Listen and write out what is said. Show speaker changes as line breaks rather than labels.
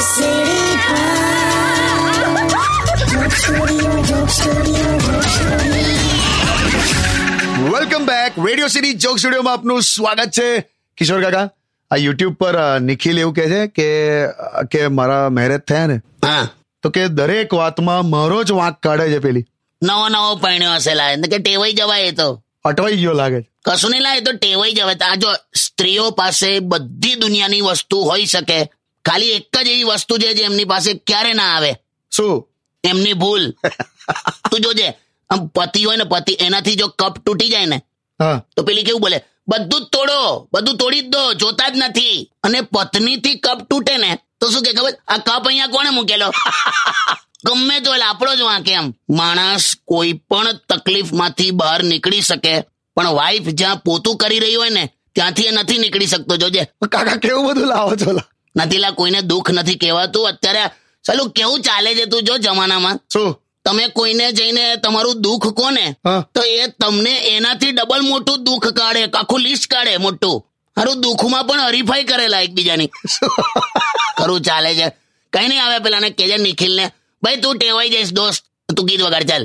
સીડી
welcome back Radio City joke સ્ટુડિયોમાં આપનું સ્વાગત છે કિશોર કાકા આ યુટ્યુબ પર અ, નિખિલ એવું કહે છે કે અ, કે મારા મેરેજ થયા ને
હા
તો કે દરેક વાતમાં મારો જ વાંક કાઢે છે પેલી
નવો નવો પરણ્યો હશે લાય કે ટેવાઈ જવાય એ તો
અટવાઈ ગયો લાગે છે
કશું નહીં લાય તો ટેવાઈ જવાય આ જો સ્ત્રીઓ પાસે બધી દુનિયાની વસ્તુ હોઈ શકે ખાલી એક જ એવી વસ્તુ છે જે એમની પાસે ક્યારે ના આવે
શું
એમની ભૂલ તું જોજે આમ પતિ હોય ને પતિ એનાથી જો કપ તૂટી જાય ને
હા
તો પેલી કેવું બોલે બધું જ તોડો બધું તોડી જ દો જોતા જ નથી અને પત્નીથી કપ તૂટે ને તો શું કે ખબર આ કપ અહીંયા કોણે મૂકેલો ગમે તો એટલે આપણો જ વાંક એમ માણસ કોઈ પણ તકલીફમાંથી બહાર નીકળી શકે પણ વાઈફ જ્યાં પોતું કરી રહી હોય ને ત્યાંથી એ નથી નીકળી શકતો જોજે
કાકા કેવું બધું લાવો છો લા?
નથી લા કોઈને દુઃખ નથી કહેવાતું અત્યારે ચાલું કેવું ચાલે છે તું જો જમાનામાં
શું
તમે કોઈને જઈને તમારું દુઃખ કોને
હા
તો એ તમને એનાથી ડબલ મોટું દુઃખ કાઢે આખું લિસ્ટ કાઢે મોટું હારું દુઃખમાં પણ હરીફાઈ કરેલા એકબીજાની ખરું ચાલે છે કઈ નહીં આવે પેલાને કેજે નિખિલને ભાઈ તું ટેવાઈ જઈશ દોસ્ત તું ગીત વગાડ ચાલ